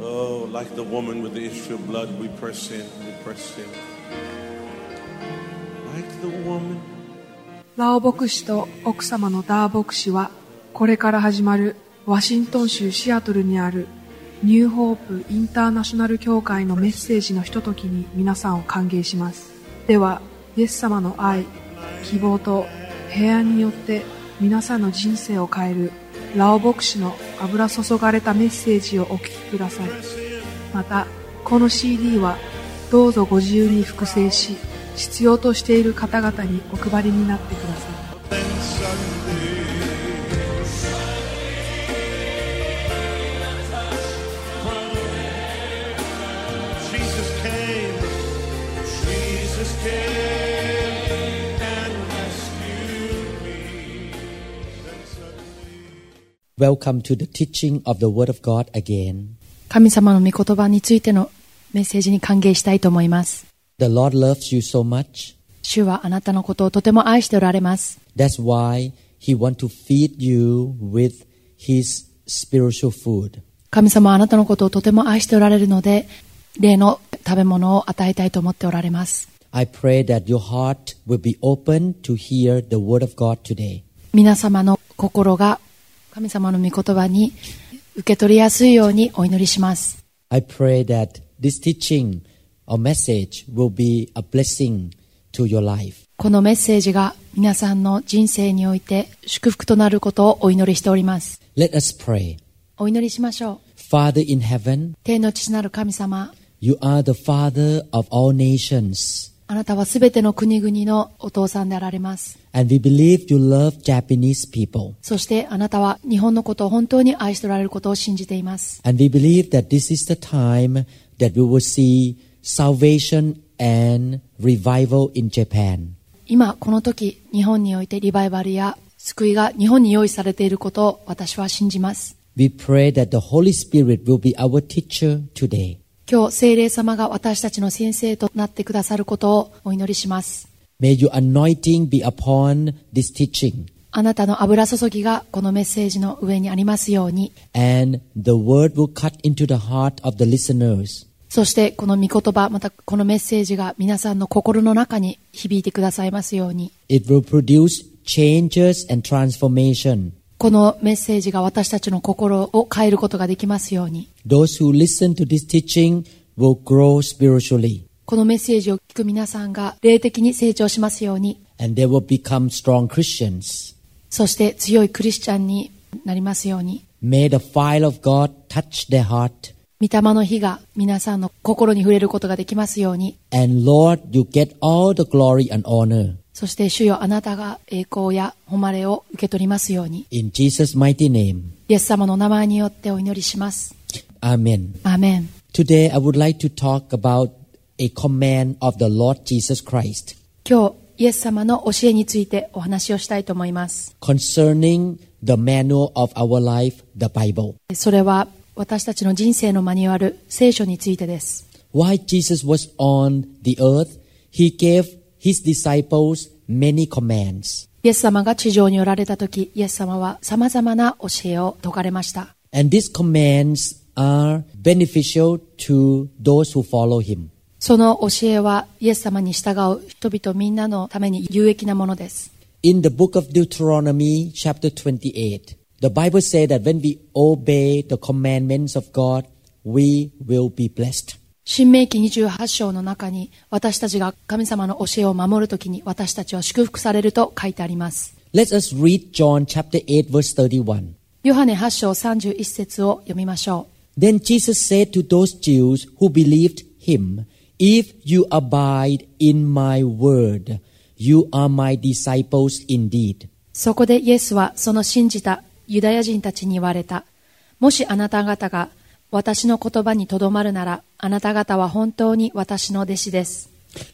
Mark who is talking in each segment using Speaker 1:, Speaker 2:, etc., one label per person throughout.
Speaker 1: Oh, like the woman with the issue of blood, we press in, we press in. Like the woman.
Speaker 2: ラオ牧師と奥様のダー牧師はこれから始まるワシントン州シアトルにあるニューホープインターナショナル協会のメッセージのひとときに皆さんを歓迎しますではイエス様の愛希望と平安によって皆さんの人生を変えるラオ牧師の油注がれたメッセージをお聞きくださいまたこの CD はどうぞご自由に複製し必要としている方々にお配りになってください
Speaker 1: Then suddenly, from Jesus came, Jesus came and rescued me. Then suddenly.
Speaker 3: Welcome to the teaching of the Word of God again.
Speaker 4: 神様の御言葉についてのメッセージに歓迎したいと思います。
Speaker 3: The Lord loves you so much.
Speaker 4: 主はあなたのことをとても愛しておられます。
Speaker 3: That's why He wants to feed you with His spiritual food.
Speaker 4: 神様はあなたのことをとても愛しておられるので、例の食べ物を与えたいと思っておられます。
Speaker 3: I pray that your heart will be open to hear the Word of God today.
Speaker 4: 皆様の心が神様の御言葉に受け取りやすいようにお祈りします。
Speaker 3: I pray that this teaching or message will be a blessing to your life.
Speaker 4: このメッセージが皆さんの人生において祝福となることをお祈りしております。
Speaker 3: Let us pray.
Speaker 4: お祈りしましょう。
Speaker 3: Father in heaven,
Speaker 4: 天の父なる神様、
Speaker 3: you are the Father of all nations.
Speaker 4: あなたはすべての国々のお父さんであられます。
Speaker 3: And we believe you love Japanese people.
Speaker 4: そしてあなたは日本のことを本当に愛しておられることを信じています。
Speaker 3: And we believe that this is the time that we will see salvation and revival in Japan.
Speaker 4: 今この時、日本においてリバイバルや救いが日本に用意されていることを私は信じます。
Speaker 3: We pray that the Holy Spirit will be our teacher today.
Speaker 4: 今日、聖霊様が私たちの先生となってくださることをお祈りします。
Speaker 3: May your anointing be upon this teaching
Speaker 4: あなたの油注ぎがこのメッセージの上にありますように、
Speaker 3: and the word will cut into the heart of the listeners.
Speaker 4: そしてこの御言葉、またこのメッセージが皆さんの心の中に響いてくださいますように、
Speaker 3: It will produce changes and transformation.
Speaker 4: このメッセージが私たちの心を変えることができますように、
Speaker 3: Those who listen to this teaching will grow spiritually
Speaker 4: このメッセージを聞く皆さんが霊的に成長しますように、
Speaker 3: and they will become strong Christians.
Speaker 4: そして強いクリスチャンになりますように、
Speaker 3: May the fire of God touch their heart.
Speaker 4: 御霊の火が皆さんの心に触れることができますように、
Speaker 3: And Lord, you get all the glory and honor.
Speaker 4: そして主よあなたが栄光や誉れを受け取りますように、
Speaker 3: In Jesus' mighty name.
Speaker 4: イエス様のお名前によってお祈りします。
Speaker 3: Amen.
Speaker 4: アーメン。
Speaker 3: Today, I would like to talk about a command of the Lord Jesus Christ
Speaker 4: 今日、イエス様の教えについてお話をしたいと思います。
Speaker 3: concerning the manual of our life, the Bible.
Speaker 4: それは私たちの人生のマニュアル、聖書についてです。
Speaker 3: While Jesus was on the earth, he gave his disciples many commands.
Speaker 4: イエス様が地上におられた時、イエス様は様々な教えを説かれました。
Speaker 3: And these commands are beneficial to those who follow him.
Speaker 4: その教えはイエス様に従う人々みんなのために有益なものです。
Speaker 3: In the book of Deuteronomy, chapter 28, the Bible says that when we obey the commandments of God, we will be blessed.
Speaker 4: 新明記28章の中に私たちが神様の教えを守るときに私たちは祝福されると書いてあります。
Speaker 3: Let us read John chapter 8, verse 31.
Speaker 4: ヨハネ8章31節を読みましょ
Speaker 3: Then Jesus said to those Jews who believed him, If you abide in my word, you are my disciples indeed.
Speaker 4: う。そこでイエスはその信じたユダヤ人たちに言われた。もしあなた方が私の言葉にとどまるならあなた方は本当に私の弟子です。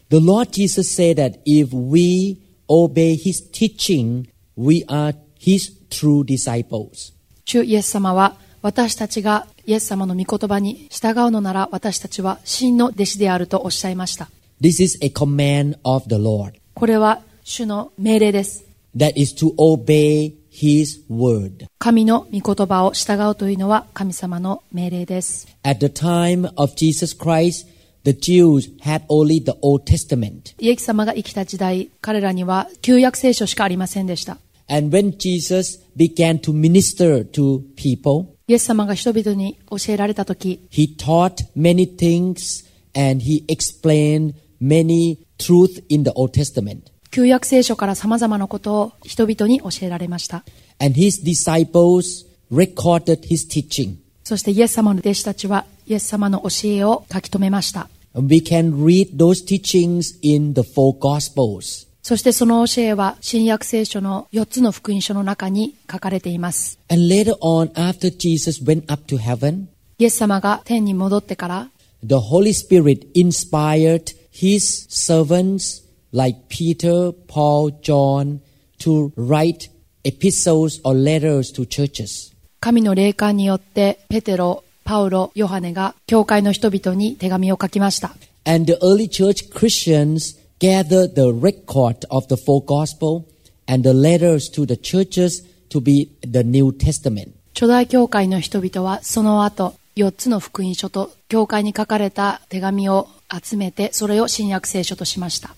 Speaker 3: The Lord Jesus said that if we obey his teaching, we are his true disciples.
Speaker 4: 主イエス様は私たちがイエス様の御言葉に従うのなら私たちは真の弟子であるとおっしゃいました。
Speaker 3: This is a command of the Lord
Speaker 4: これは主の命令です。
Speaker 3: that is to obey his word.
Speaker 4: 神の御言葉を従うというのは神様の命令です。
Speaker 3: At the time of Jesus Christ, the Jews had only the Old Testament.
Speaker 4: イエス様が生きた時代、彼らには旧約聖書しかありませんでした。
Speaker 3: And when Jesus began to minister to people,
Speaker 4: イエス様が人々に教えられた時、
Speaker 3: he taught many things and he explained many truth in the Old Testament.
Speaker 4: 旧約聖書から様々なことを人々に教えられました。
Speaker 3: And his disciples recorded his teaching.
Speaker 4: そしてイエス様の弟子たちはイエス様の教えを書き留めました。
Speaker 3: We can read those teachings in the four Gospels.
Speaker 4: そしてその教えは新約聖書の4つの福音書の中に書かれています。
Speaker 3: And later on, after Jesus went up to heaven,
Speaker 4: イエス様が天に戻ってから、
Speaker 3: the Holy Spirit inspired his servants like Peter, Paul, John to write epistles or letters to churches.
Speaker 4: 神の霊感によってペテロ、パウロ、ヨハネが教会の人々に手紙を書きました。
Speaker 3: And the early church Christians gathered the record of the four gospel and the letters to the churches to be the New Testament.
Speaker 4: 初代教会の人々はその後4つの福音書と教会に書かれた手紙を集めてそれを新約聖書としました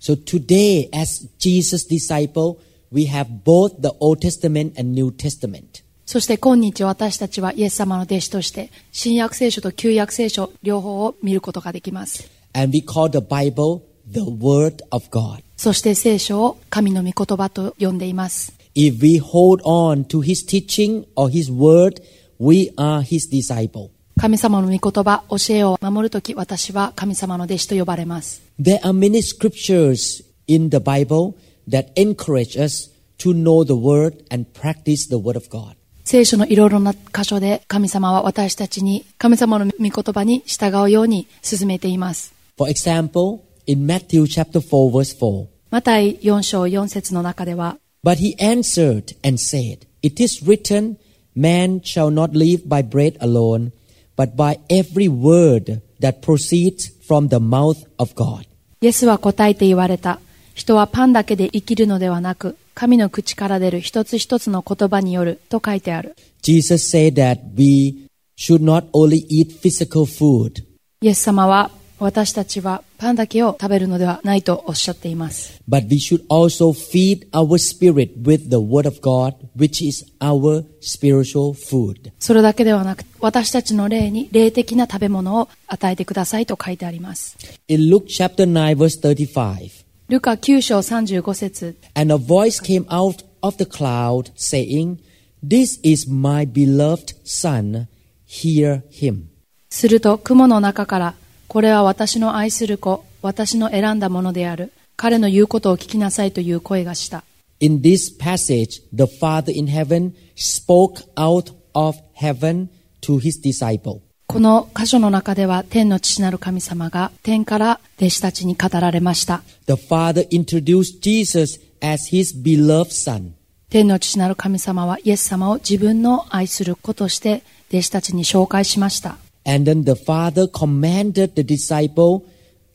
Speaker 3: So today, as Jesus' disciple, we have both the Old Testament and New Testament.
Speaker 4: そして今日私たちはイエス様の弟子として新約聖書と旧約聖書両方を見ることができます
Speaker 3: And we call the Bible the Word of God.
Speaker 4: そして聖書を神の御言葉と呼んでいます
Speaker 3: If we hold on to His teaching or His Word, we are His disciple.
Speaker 4: 神様の御言葉教えを守るとき私は神様の弟子と呼ばれます
Speaker 3: There are many scriptures in the Bible that encourage us to know the Word and practice the Word of God.
Speaker 4: 聖書のいろいろな箇所で神様は私たちに神様の御言葉に従うように進めています
Speaker 3: For example, in Matthew chapter 4 verse 4,
Speaker 4: マタイ4章4節の中では、
Speaker 3: But he answered and said, It is written, Man shall not live by bread alone, but by every word that proceeds from the mouth of God.
Speaker 4: イエスは答えて言われた。人はパンだけで生きるのではなく、神の口から出る一つ一つの言葉によると書いてある。
Speaker 3: Jesus said that we should not only eat physical food,
Speaker 4: イエス様は、私たちはパンだけを食べるのではないとおっしゃっています。
Speaker 3: but we should also feed our spirit with the word of God, which is our spiritual food.
Speaker 4: それだけではなく、私たちの霊に霊的な食べ物を与えてくださいと書いてあります。
Speaker 3: In Luke chapter 9 verse 35,
Speaker 4: ルカ9章35節
Speaker 3: And a voice came out of the cloud saying, This is my beloved Son, hear him.
Speaker 4: すると雲の中から、これは私の愛する子、私の選んだものである。彼の言うことを聞きなさいという声がした。
Speaker 3: In this passage, the Father in heaven spoke out of heaven to his disciple.
Speaker 4: この箇所の中では天の父なる神様が天から弟子たちに語られました。
Speaker 3: The Father introduced Jesus as his beloved Son.
Speaker 4: 天の父なる神様はイエス様を自分の愛する子として弟子たちに紹介しました。
Speaker 3: And then the Father commanded the disciple,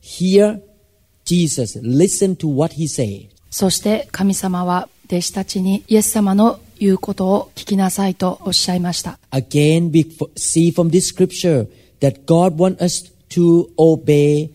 Speaker 3: Hear Jesus, listen to what he said.
Speaker 4: そして神様は弟子たちにイエス様の言うことを聞きなさいとおっしゃいました。
Speaker 3: Again, we f- see from this scripture that God wants us to obey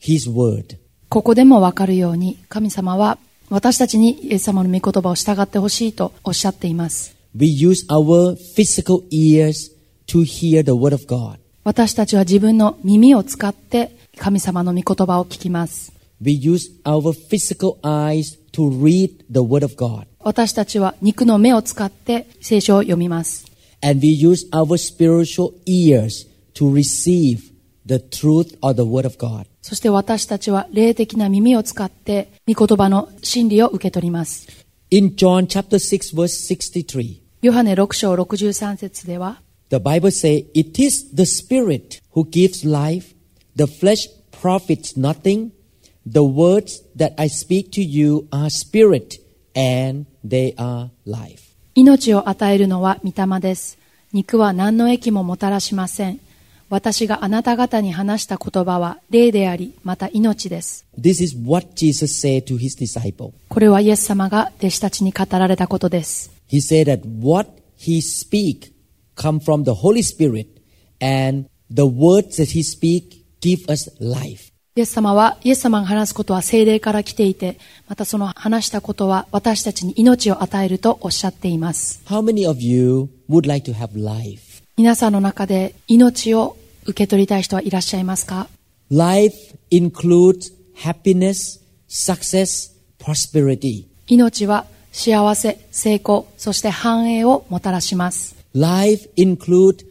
Speaker 3: His word.
Speaker 4: ここでもわかるように神様は私たちにイエス様の御言葉を従ってほしいとおっしゃっています。
Speaker 3: We use our physical ears to hear the word of God.
Speaker 4: 私たちは自分の耳を使って神様の御言葉を聞きます。
Speaker 3: We use our physical eyes to read the word of God.
Speaker 4: 私たちは肉の目を使って聖書を読みます。
Speaker 3: And we use our spiritual ears to receive the truth or the word of God.
Speaker 4: そして私たちは霊的な耳を使って御言葉の真理を受け取ります。
Speaker 3: In John chapter 6 verse 63,
Speaker 4: ヨハネ6章63節では、
Speaker 3: The Bible says, It is the Spirit who gives life. The flesh profits nothing. The words that I speak to you are spirit and they are life.
Speaker 4: 命を与えるのは御霊です。肉は何の益ももたらしません。私があなた方に話した言葉は霊であり、また命です。
Speaker 3: This is what Jesus said to his disciple.
Speaker 4: これはイエス様が弟子たちに語られたことです。
Speaker 3: He said that what he speak come from the Holy Spirit and the words that he speak give us life.
Speaker 4: イエス様は、イエス様が話すことは精霊から来ていて、またその話したことは私たちに命を与えるとおっしゃっています。
Speaker 3: How many of you would like to have life?
Speaker 4: 皆さんの中で命を受け取りたい人はいらっしゃいますか
Speaker 3: Life includes happiness, success, prosperity.
Speaker 4: 命は幸せ、成功、そして繁栄をもたらします。
Speaker 3: Life includes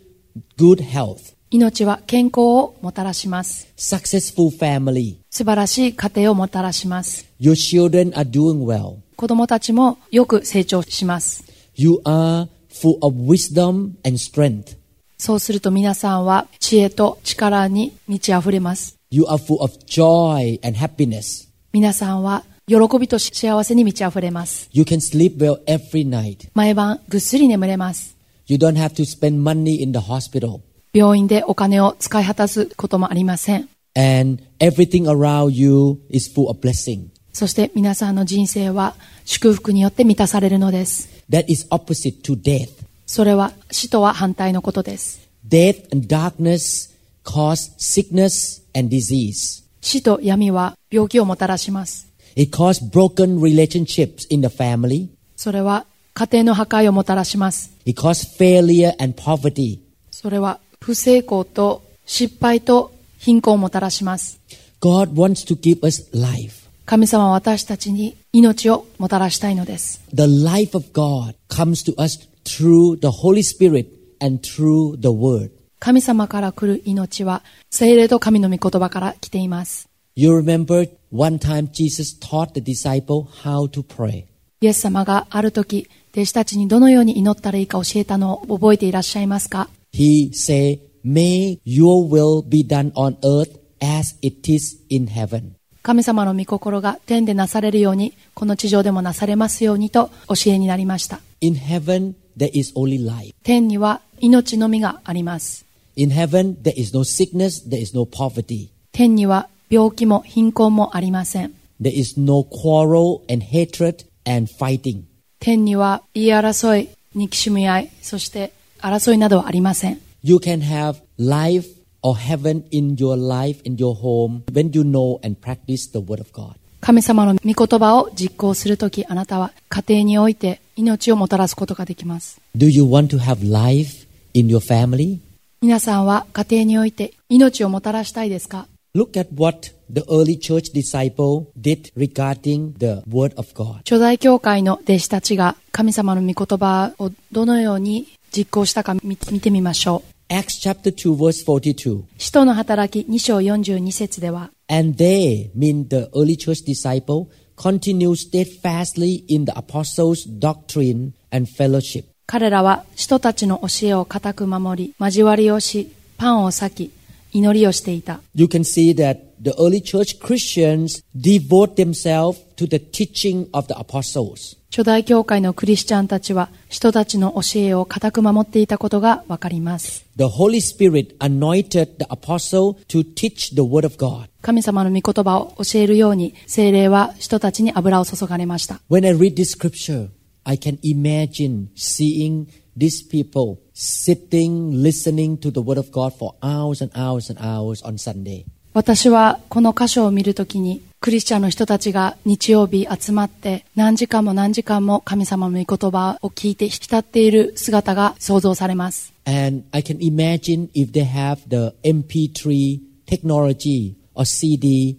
Speaker 3: good health,
Speaker 4: 命は健康をもたらします。
Speaker 3: successful family.
Speaker 4: 素晴らしい家庭をもたらします。
Speaker 3: Your children are doing well.
Speaker 4: 子供たちもよく成長します。
Speaker 3: You are full of wisdom and strength.
Speaker 4: そうすると皆さんは知恵と力に満ち溢れます。
Speaker 3: You are full of joy and happiness.
Speaker 4: 皆さんは喜びと幸せに満ち溢れます。
Speaker 3: You can sleep well every night.
Speaker 4: 毎晩ぐっすり眠れます。
Speaker 3: You don't have to spend money in the hospital.
Speaker 4: 病院でお金を使い果たすこともありません。
Speaker 3: And everything around you is full of blessing.
Speaker 4: そして皆さんの人生は祝福によって満たされるのです。
Speaker 3: That is opposite to death.
Speaker 4: それは死とは反対のことです。
Speaker 3: Death and darkness cause sickness and disease.
Speaker 4: 死と闇は病気をもたらします。
Speaker 3: It causes broken relationships in the family.
Speaker 4: それは家庭の破壊をもたらします。
Speaker 3: It causes failure and poverty.
Speaker 4: それは不成功と失敗と貧困をもたらします。
Speaker 3: God wants to give us life.
Speaker 4: 神様は私たちに命をもたらしたいのです。
Speaker 3: The life of God comes to us through the Holy Spirit and through the Word.
Speaker 4: 神様から来る命は聖霊と神の御言葉から来ています。
Speaker 3: You remember one time Jesus taught the disciple how to pray.
Speaker 4: イエス様がある時、弟子たちにどのように祈ったらいいか教えたのを覚えていらっしゃいますか
Speaker 3: He said, May your will be done on earth as it is in heaven.
Speaker 4: 神様の御心が天でなされるように、この地上でもなされますようにと教えになりました。
Speaker 3: In heaven, there is only life.
Speaker 4: 天には命のみがあります。
Speaker 3: In heaven, there is no sickness, there is no poverty,
Speaker 4: 天には病気も貧困もありません。
Speaker 3: there is no quarrel and hatred and fighting.
Speaker 4: 天には言い争い、憎しみ合い、そして争いなどはありません。
Speaker 3: You can have life or heaven in your life, in your home, when you know and practice the Word of God.
Speaker 4: 神様の御言葉を実行するとき、あなたは家庭において命をもたらすことができます。
Speaker 3: Do you want to have life in your family?
Speaker 4: 皆さんは家庭において命をもたらしたいですか
Speaker 3: Look at what the early church disciple did regarding the Word of God.
Speaker 4: 初代教会の弟子たちが神様の御言葉をどのように実行したか見見てみましょう。
Speaker 3: Acts chapter 2, verse 42.
Speaker 4: 使徒の働き2章42節では、
Speaker 3: And they, mean the early church disciple, continue steadfastly in the apostles' doctrine and fellowship,
Speaker 4: 彼らは使徒たちの教えを固く守り、交わりをし、パンを裂き、祈りをしていた。
Speaker 3: you can see that the early church Christians devote themselves to the teaching of the apostles.
Speaker 4: 初代教会のクリスチャンたちは、人たちの教えを固く守っていたことがわかります。
Speaker 3: The Holy Spirit anointed the apostle to teach the word of God.
Speaker 4: 神様の御言葉を教えるように、精霊は人たちに油を注がれました。
Speaker 3: When I read this scripture, I can imagine seeing these people sitting, listening to the word of God for hours and hours and hours on Sunday.
Speaker 4: 私はこの箇所を見るときに、クリスチャンの人たちが日曜日集まって、何時間も何時間も神様の御言葉を聞いて引き立っている姿が想像されます。
Speaker 3: And I can imagine if they have the MP3 technology or CD,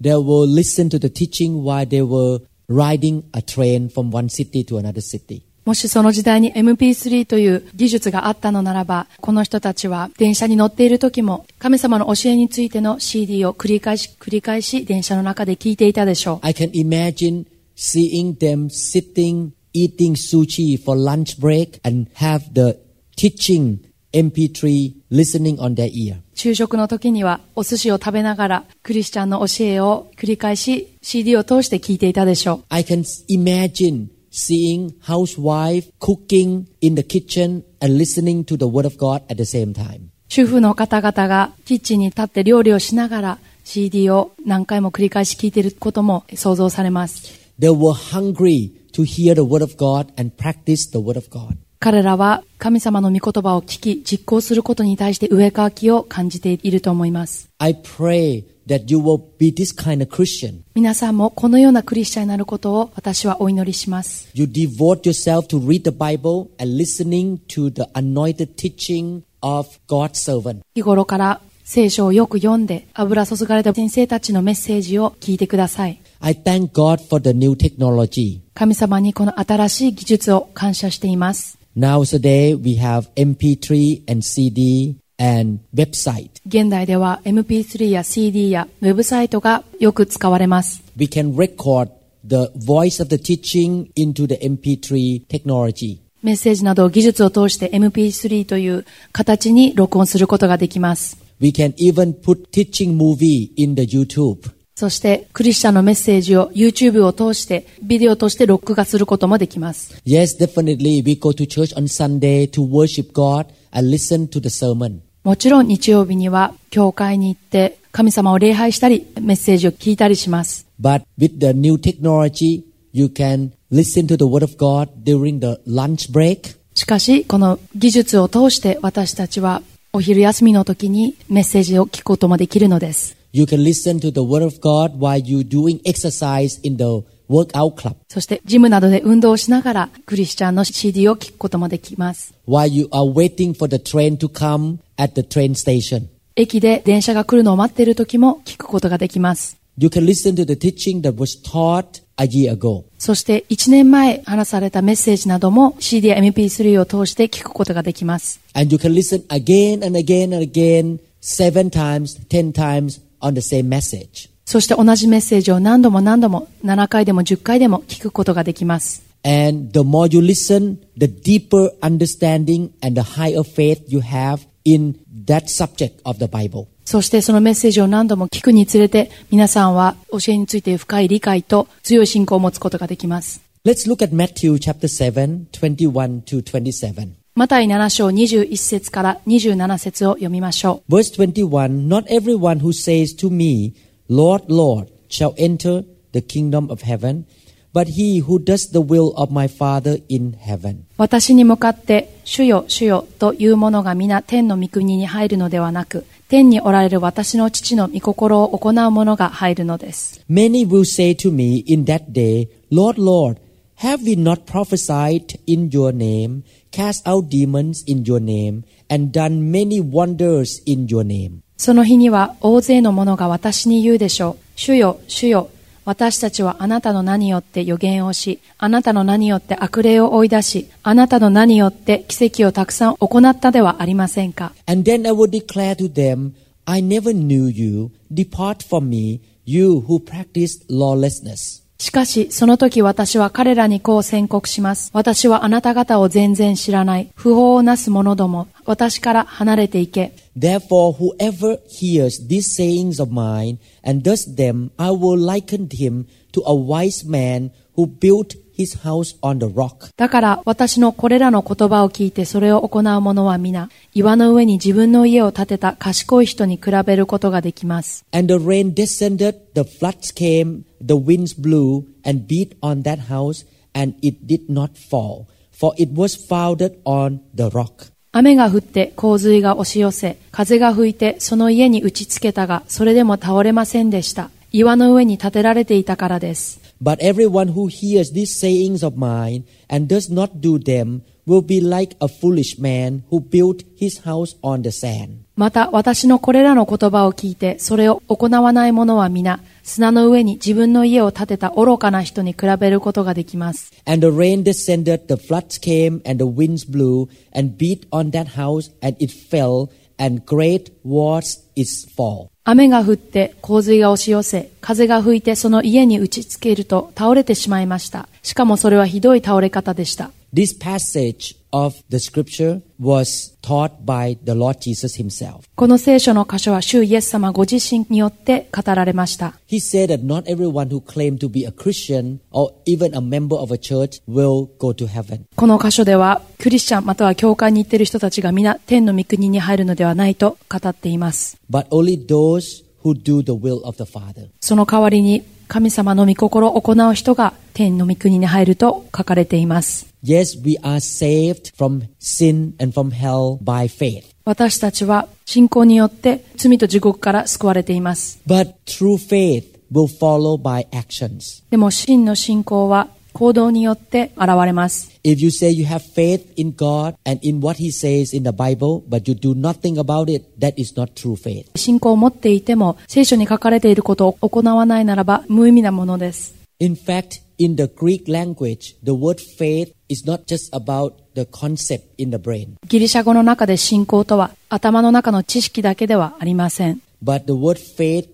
Speaker 3: they will listen to the teaching while they were riding a train from one city to another city.
Speaker 4: もしその時代に MP3 という技術があったのならば、この人たちは電車に乗っている時も、神様の教えについての CD を繰り返し繰り返し電車の中で聞いていたでしょう。
Speaker 3: I can imagine seeing them sitting, eating sushi for lunch break and have the teaching MP3 listening on their ear.
Speaker 4: 昼食の時にはお寿司を食べながら、クリスチャンの教えを繰り返し CD を通して聞いていたでしょう。
Speaker 3: I can s- imagine seeing housewife cooking in the kitchen and listening to the word of God at the same time.
Speaker 4: 主婦の方々がキッチンに立って料理をしながら CD を何回も繰り返し聞いていることも想像されます。
Speaker 3: They were hungry to hear the word of God and practice the word of God.
Speaker 4: 彼らは神様の御言葉を聞き実行することに対して上かわきを感じていると思います
Speaker 3: I pray that you will be this kind of Christian.
Speaker 4: 皆さんもこのようなクリスチャンになることを私はお祈りします
Speaker 3: You devote yourself to read the Bible and listening to the anointed teaching of God's servant.
Speaker 4: 日頃から聖書をよく読んで油注がれた先生たちのメッセージを聞いてください
Speaker 3: I thank God for the new technology.
Speaker 4: 神様にこの新しい技術を感謝しています
Speaker 3: Nowadays we have MP3 and CD and website.
Speaker 4: 現代では MP3 や CD やウェブサイトがよく使われます
Speaker 3: We can record the voice of the teaching into the MP3 technology.
Speaker 4: メッセージなど技術を通して MP3 という形に録音することができます
Speaker 3: We can even put teaching movie in the YouTube.
Speaker 4: そしてクリスチャンのメッセージを YouTube を通してビデオとして録画することもできます
Speaker 3: Yes, definitely we go to church on Sunday to worship God and listen to the sermon.
Speaker 4: もちろん日曜日には教会に行って神様を礼拝したりメッセージを聞いたりします
Speaker 3: But with the new technology, you can listen to the word of God during the lunch break.
Speaker 4: しかしこの技術を通して私たちはお昼休みの時にメッセージを聞くこともできるのです
Speaker 3: You can listen to the word of God while you doing exercise in the workout club,
Speaker 4: そしてジムなどで運動をしながらクリスチャンの CD を聞くこともできます
Speaker 3: while you are waiting for the train to come at the train station.
Speaker 4: 駅で電車が来るのを待っている時も聞くことができます
Speaker 3: You can listen to the teaching that was taught a year ago.
Speaker 4: そして1年前話されたメッセージなども CD や MP3 を通して聞くことができます。
Speaker 3: And you can listen again and again and again, seven times, ten times on the same message.
Speaker 4: そして同じメッセージを何度も何度も7回でも10回でも聞くことができます。
Speaker 3: And the more you listen, the deeper understanding and the higher faith you have in that subject of the Bible.
Speaker 4: そしてそのメッセージを何度も聞くにつれて皆さんは教えについて深い理解と強い信仰を持つことができます。
Speaker 3: Let's look at Matthew chapter 7, 21 to 27.
Speaker 4: マタイ7章21節から27節を読みましょう。
Speaker 3: Verse 21 Not everyone who says to me, Lord, Lord, shall enter the kingdom of heaven, but he who does the will of my Father in heaven.
Speaker 4: 私に向かって「主よ主よ」という者が皆天の御国に入るのではなく天におられる私の父の御心を行う者が入るのです
Speaker 3: Many will say to me in that day, Lord, Lord, have we not prophesied in your name, cast out demons in your name, and done many wonders in your name?
Speaker 4: その日には大勢の者が私に言うでしょう「主よ主よ私たちはあなたの名によって予言をしあなたの名によって悪霊を追い出しあなたの名によって奇跡をたくさん行ったではありませんか」
Speaker 3: And then I will declare to them, I never knew you. Depart from me, you who practice lawlessness.
Speaker 4: しかし、その時私は彼らにこう宣告します。私はあなた方を全然知らない。不法をなす者ども、私から離れていけ。
Speaker 3: Therefore, whoever hears these sayings of mine and does them, I will liken him to a wise man who built his house on the rock.
Speaker 4: だから私のこれらの言葉を聞いてそれを行う者は皆、岩の上に自分の家を建てた賢い人に比べることができます。
Speaker 3: And the rain descended, the floods came, the winds blew and beat on that house, and it did not fall, for it was founded on the rock.
Speaker 4: 雨が降って洪水が押し寄せ、風が吹いてその家に打ちつけたが、それでも倒れませんでした。岩の上に建てられていたからです。
Speaker 3: But everyone who hears these sayings of mine and does not do them will be like a foolish man who built his house on the sand.
Speaker 4: また私のこれらの言葉を聞いてそれを行わない者は皆砂の上に自分の家を建てた愚かな人に比べることができます
Speaker 3: And the rain descended, the floods came, and the winds blew and beat on that house, and it fell, and great was its fall.
Speaker 4: 雨が降って洪水が押し寄せ風が吹いてその家に打ちつけると倒れてしまいましたしかもそれはひどい倒れ方でした
Speaker 3: This passage of the scripture was taught by the Lord Jesus himself.
Speaker 4: この聖書の箇所は主イエス様ご自身によって語られました
Speaker 3: He said that not everyone who claimed to be a Christian or even a member of a church will go to heaven.
Speaker 4: この箇所ではクリスチャンまたは教会に行っている人たちが皆天の御国に入るのではないと語っています
Speaker 3: but only those who do the will of the Father.
Speaker 4: その代わりに神様の御心を行う人が天の御国に入ると書かれています。
Speaker 3: Yes, we are saved from sin and from hell by faith.
Speaker 4: 私たちは信仰によって罪と地獄から救われています。
Speaker 3: But true faith will follow by actions.
Speaker 4: でも真の信仰は行動によって現れます。
Speaker 3: If you say you have faith in God and in what He says in the Bible, but you do nothing about it, that is not true faith.
Speaker 4: 信仰を持っていても聖書に書かれていることを行わないならば無意味なものです。
Speaker 3: In fact, in the Greek language, the word faith is not just about the concept in the brain,
Speaker 4: ギリシャ語の中で信仰とは頭の中の知識だけではありません。
Speaker 3: but the word faith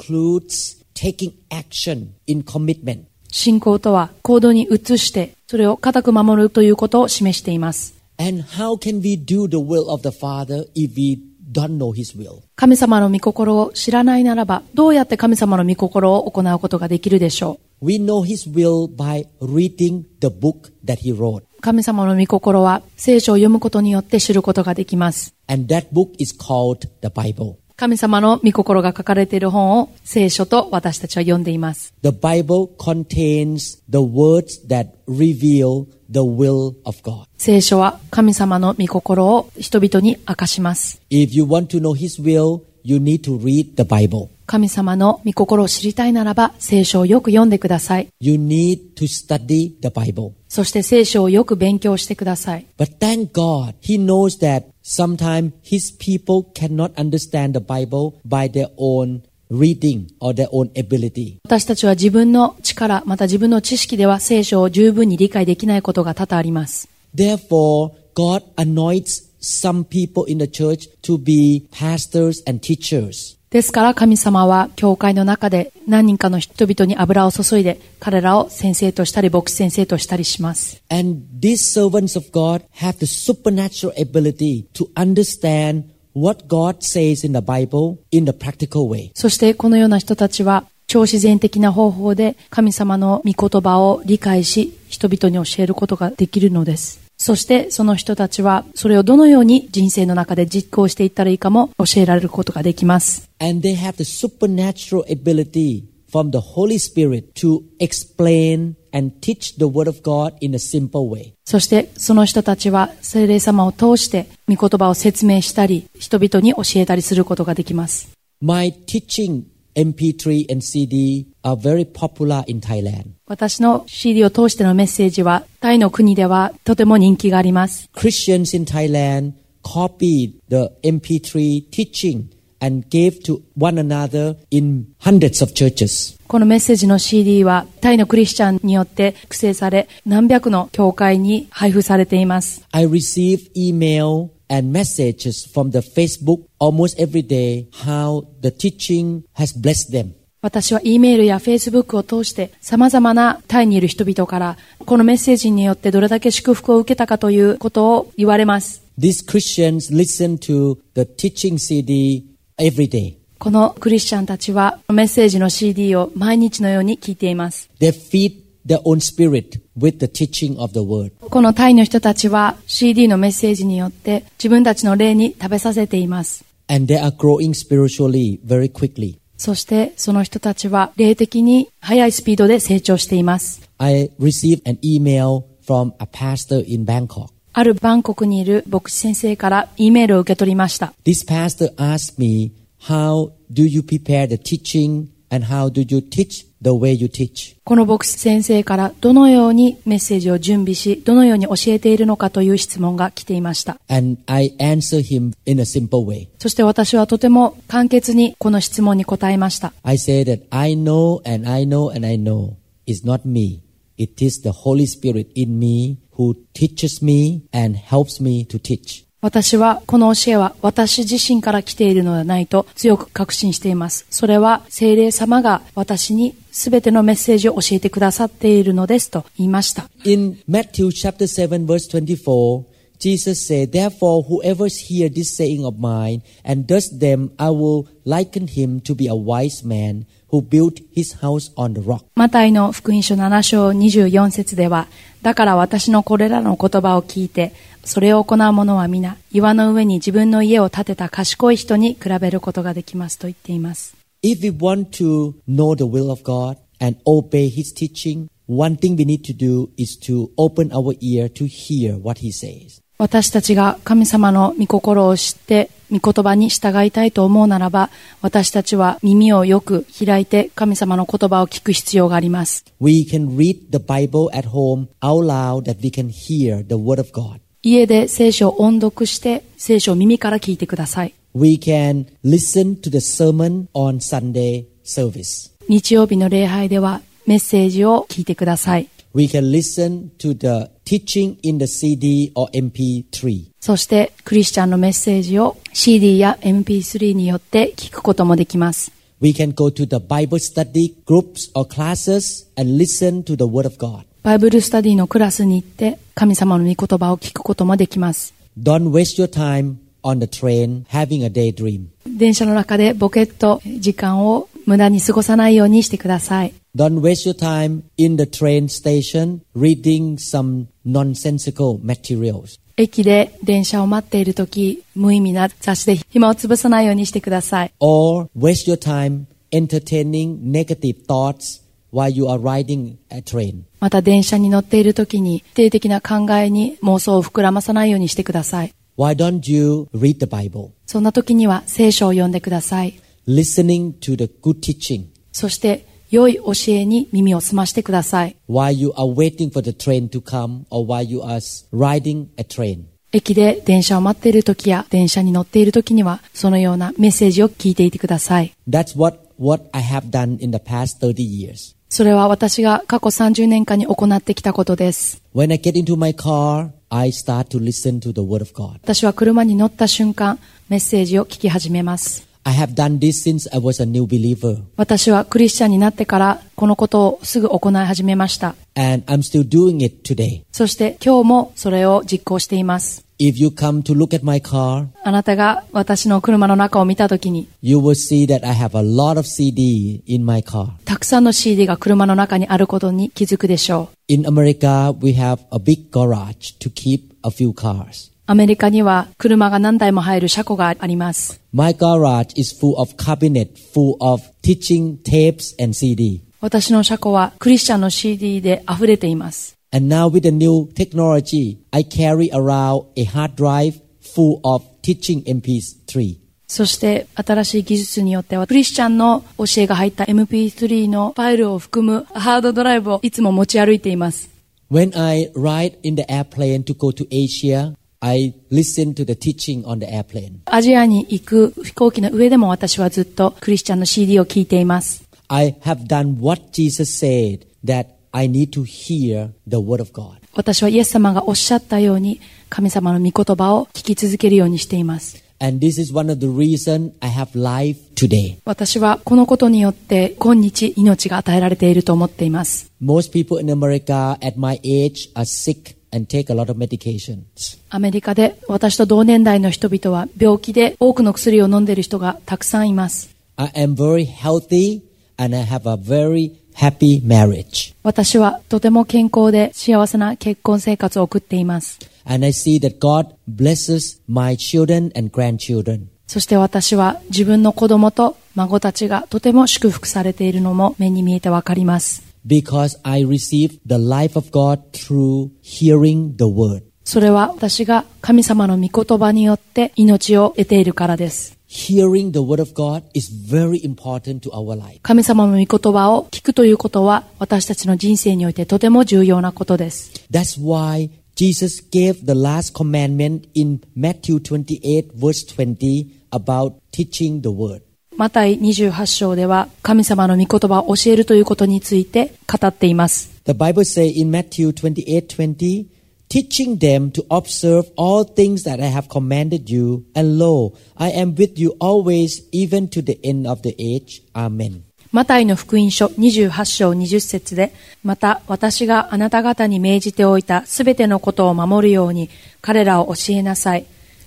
Speaker 3: includes taking action in commitment.
Speaker 4: 信仰とは行動に移してそれを固く守るということを示しています。
Speaker 3: And how can we do the will of the Father if we don't know His will?
Speaker 4: 神様の御心を知らないならばどうやって神様の御心を行うことができるでしょ
Speaker 3: We know His will by reading the book that He wrote.
Speaker 4: う神様の御心は聖書を読むことによって知ることができます。
Speaker 3: And that book is called the Bible.
Speaker 4: 神様の御心が書かれている本を聖書と私たちは読んでいます。
Speaker 3: The Bible contains the words that reveal the will of God.
Speaker 4: 聖書は神様の御心を人々に明かします。
Speaker 3: If you want to know His will, you need to read the Bible.
Speaker 4: 神様の御心を知りたいならば聖書をよく読んでください。
Speaker 3: You need to study the Bible.
Speaker 4: そして聖書をよく勉強してください。
Speaker 3: But thank God, He knows that sometimes His people cannot understand the Bible by their own reading or their own ability.
Speaker 4: 私たちは自分の力、また自分の知識では聖書を十分に理解できないことが多々あります。
Speaker 3: Therefore, God anoints some people in the church to be pastors and teachers.
Speaker 4: ですから神様は教会の中で何人かの人々に油を注いで彼らを先生としたり牧師先生としたりします。
Speaker 3: And these servants of God have the supernatural ability to understand what God says in the Bible in the practical way.
Speaker 4: そしてこのような人たちは超自然的な方法で神様の御言葉を理解し人々に教えることができるのです。そしてその人たちはそれをどのように人生の中で実行していったらいいかも教えられることができます。
Speaker 3: And they have the supernatural ability from the Holy Spirit to explain and teach the Word of God in a simple way.
Speaker 4: そしてその人たちは聖霊様を通して御言葉を説明したり人々に教えたりすることができます。
Speaker 3: My teaching MP3 and CD are very popular in Thailand.
Speaker 4: 私の CD を通してのメッセージはタイの国ではとても人気があります。
Speaker 3: Christians in Thailand copied the MP3 teaching and gave to one another in hundreds of churches.
Speaker 4: このメッセージの CD はタイのクリスチャンによって複製され何百の教会に配布されています。
Speaker 3: I receive email and messages from the Facebook almost every day how the teaching has blessed them.
Speaker 4: 私は E メールや Facebook を通して様々なタイにいる人々からこのメッセージによってどれだけ祝福を受けたかということを言われます。
Speaker 3: These Christians listen to the teaching CD every day.
Speaker 4: このクリスチャンたちはメッセージの CD を毎日のように聞いています。
Speaker 3: They feed their own spirit with the teaching of the word.
Speaker 4: このタイの人たちは CD のメッセージによって自分たちの霊に食べさせています。
Speaker 3: And they are growing spiritually very quickly.
Speaker 4: そしてその人たちは霊的に速いスピードで成長しています。
Speaker 3: I received an email from a pastor in Bangkok.
Speaker 4: あるバンコクにいる牧師先生から E メールを受け取りました。
Speaker 3: This pastor asked me, How do you prepare the teaching and how do you teach the way you teach?
Speaker 4: この牧師先生からどのようにメッセージを準備し、どのように教えているのかという質問が来ていました。
Speaker 3: And I answer him in a simple way.
Speaker 4: そして私はとても簡潔にこの質問に答えました。
Speaker 3: I say that I know and I know and I know. It's not me. It is the Holy Spirit in me who teaches me and helps me to teach.
Speaker 4: 私はこの教えは私自身から来ているのではないと強く確信しています。それは聖霊様が私に全てのメッセージを教えてくださっているのですと言いました。
Speaker 3: In Matthew chapter 7 verse 24, Jesus said, Therefore whoever hears this saying of mine and does them, I will liken him to be a wise man who built his house on the rock.
Speaker 4: マタイの福音書7章24節では、だから私のこれらの言葉を聞いて、それを行う者は皆、岩の上に自分の家を建てた賢い人に比べることができますと言っています。
Speaker 3: If we want to know the will of God and obey His teaching, one thing we need to do is to open our ear to hear what He says.
Speaker 4: 私たちが神様の御心を知って、御言葉に従いたいと思うならば、私たちは耳をよく開いて神様の言葉を聞く必要があります。
Speaker 3: We can read the Bible at home out loud that we can hear the Word of God.
Speaker 4: 家で聖書を音読して、聖書を耳から聞いてください。
Speaker 3: We can listen to the sermon on Sunday service.
Speaker 4: 日曜日の礼拝ではメッセージを聞いてください。
Speaker 3: We can listen to the teaching in the CD or MP3.
Speaker 4: そして、クリスチャンのメッセージを CD や MP3 によって聞くこともできます。
Speaker 3: We can go to the Bible study groups or classes and listen to the Word of God.
Speaker 4: バイブルスタディのクラスに行って、神様の御言葉を聞くこともできます。
Speaker 3: Don't waste your time on the train having a daydream.
Speaker 4: 電車の中でボケっと時間を無駄に過ごさないようにしてください。
Speaker 3: Don't waste your time in the train station reading some nonsensical materials.
Speaker 4: 駅で電車を待っているとき、無意味な雑誌で暇を潰さないようにしてください。
Speaker 3: Or waste your time entertaining negative thoughts while you are riding a train.
Speaker 4: また電車に乗っているときに、否定的な考えに妄想を膨らまさないようにしてください。
Speaker 3: Why don't you read the Bible?
Speaker 4: そんなときには聖書を読んでください。
Speaker 3: Listening to the good teaching
Speaker 4: そして、良い教えに耳を澄ましてください。
Speaker 3: while you are waiting for the train to come or while you are s- riding a train.
Speaker 4: 駅で電車を待っているときや電車に乗っているときには、そのようなメッセージを聞いていてください。
Speaker 3: That's what, what I have done in the past 30 years.
Speaker 4: それは私が過去30年間に行ってきたことです。
Speaker 3: When I get into my car, I start to listen to the Word of God.
Speaker 4: 私は車に乗った瞬間、メッセージを聞き始めます。
Speaker 3: I have done this since I was a new believer,
Speaker 4: 私はクリスチャンになってから、このことをすぐ行い始めました。
Speaker 3: and I'm still doing it today.
Speaker 4: そして今日もそれを実行しています。
Speaker 3: If you come to look at my car,
Speaker 4: あなたが私の車の中を見たときに、
Speaker 3: you will see that I have a lot of CD in my car.
Speaker 4: たくさんの CD が車の中にあることに気づくでしょう。
Speaker 3: In America, we have a big garage to keep a few cars.
Speaker 4: アメリカには車が何台も入る車庫があります。
Speaker 3: My garage is full of cabinet full of teaching tapes and CD.
Speaker 4: 私の車庫はクリスチャンの CD で溢れています。
Speaker 3: And now with the new technology, I carry around a hard drive full of teaching MP3.
Speaker 4: そして新しい技術によってはクリスチャンの教えが入った MP3 のファイルを含むハードドライブをいつも持ち歩いています。
Speaker 3: When I ride in the airplane to go to Asia, I listen to the teaching on the airplane.
Speaker 4: アジアに行く飛行機の上でも私はずっとクリスチャンの CD を聴いています。
Speaker 3: I have done what Jesus said that I need to hear the word of God.
Speaker 4: 私はイエス様がおっしゃったように神様の御言葉を聞き続けるようにしています。
Speaker 3: And this is one of the reason I have life today.
Speaker 4: 私はこのことによって今日命が与えられていると思っています。
Speaker 3: Most people in America at my age are sick and take a lot of medications.
Speaker 4: アメリカで私と同年代の人々は病気で多くの薬を飲んでいる人がたくさんいます。
Speaker 3: I am very healthy and I have a very happy marriage.
Speaker 4: 私はとても健康で幸せな結婚生活を送っています。
Speaker 3: And I see that God blesses my children and grandchildren.
Speaker 4: そして私は自分の子供と孫たちがとても祝福されているのも目に見えてわかります。
Speaker 3: because I receive the life of God through hearing the word.
Speaker 4: それは私が神様の御言葉によって命を得ているからです。
Speaker 3: Hearing the word of God is very important to our life.
Speaker 4: 神様の御言葉を聞くということは私たちの人生においてとても重要なことです。
Speaker 3: That's why Jesus gave the last commandment in Matthew 28 verse 20 about teaching the word.
Speaker 4: マタイ28章では神様の御言葉を教えるということについて語っています。
Speaker 3: The Bible says in Matthew 28 20, teaching them to observe all things that I have commanded you, and lo, I am with you always, even to the end of the age. Amen.
Speaker 4: マタイの福音書28章20節で、また私があなた方に命じておいたすべてのことを守るように彼らを教えなさい。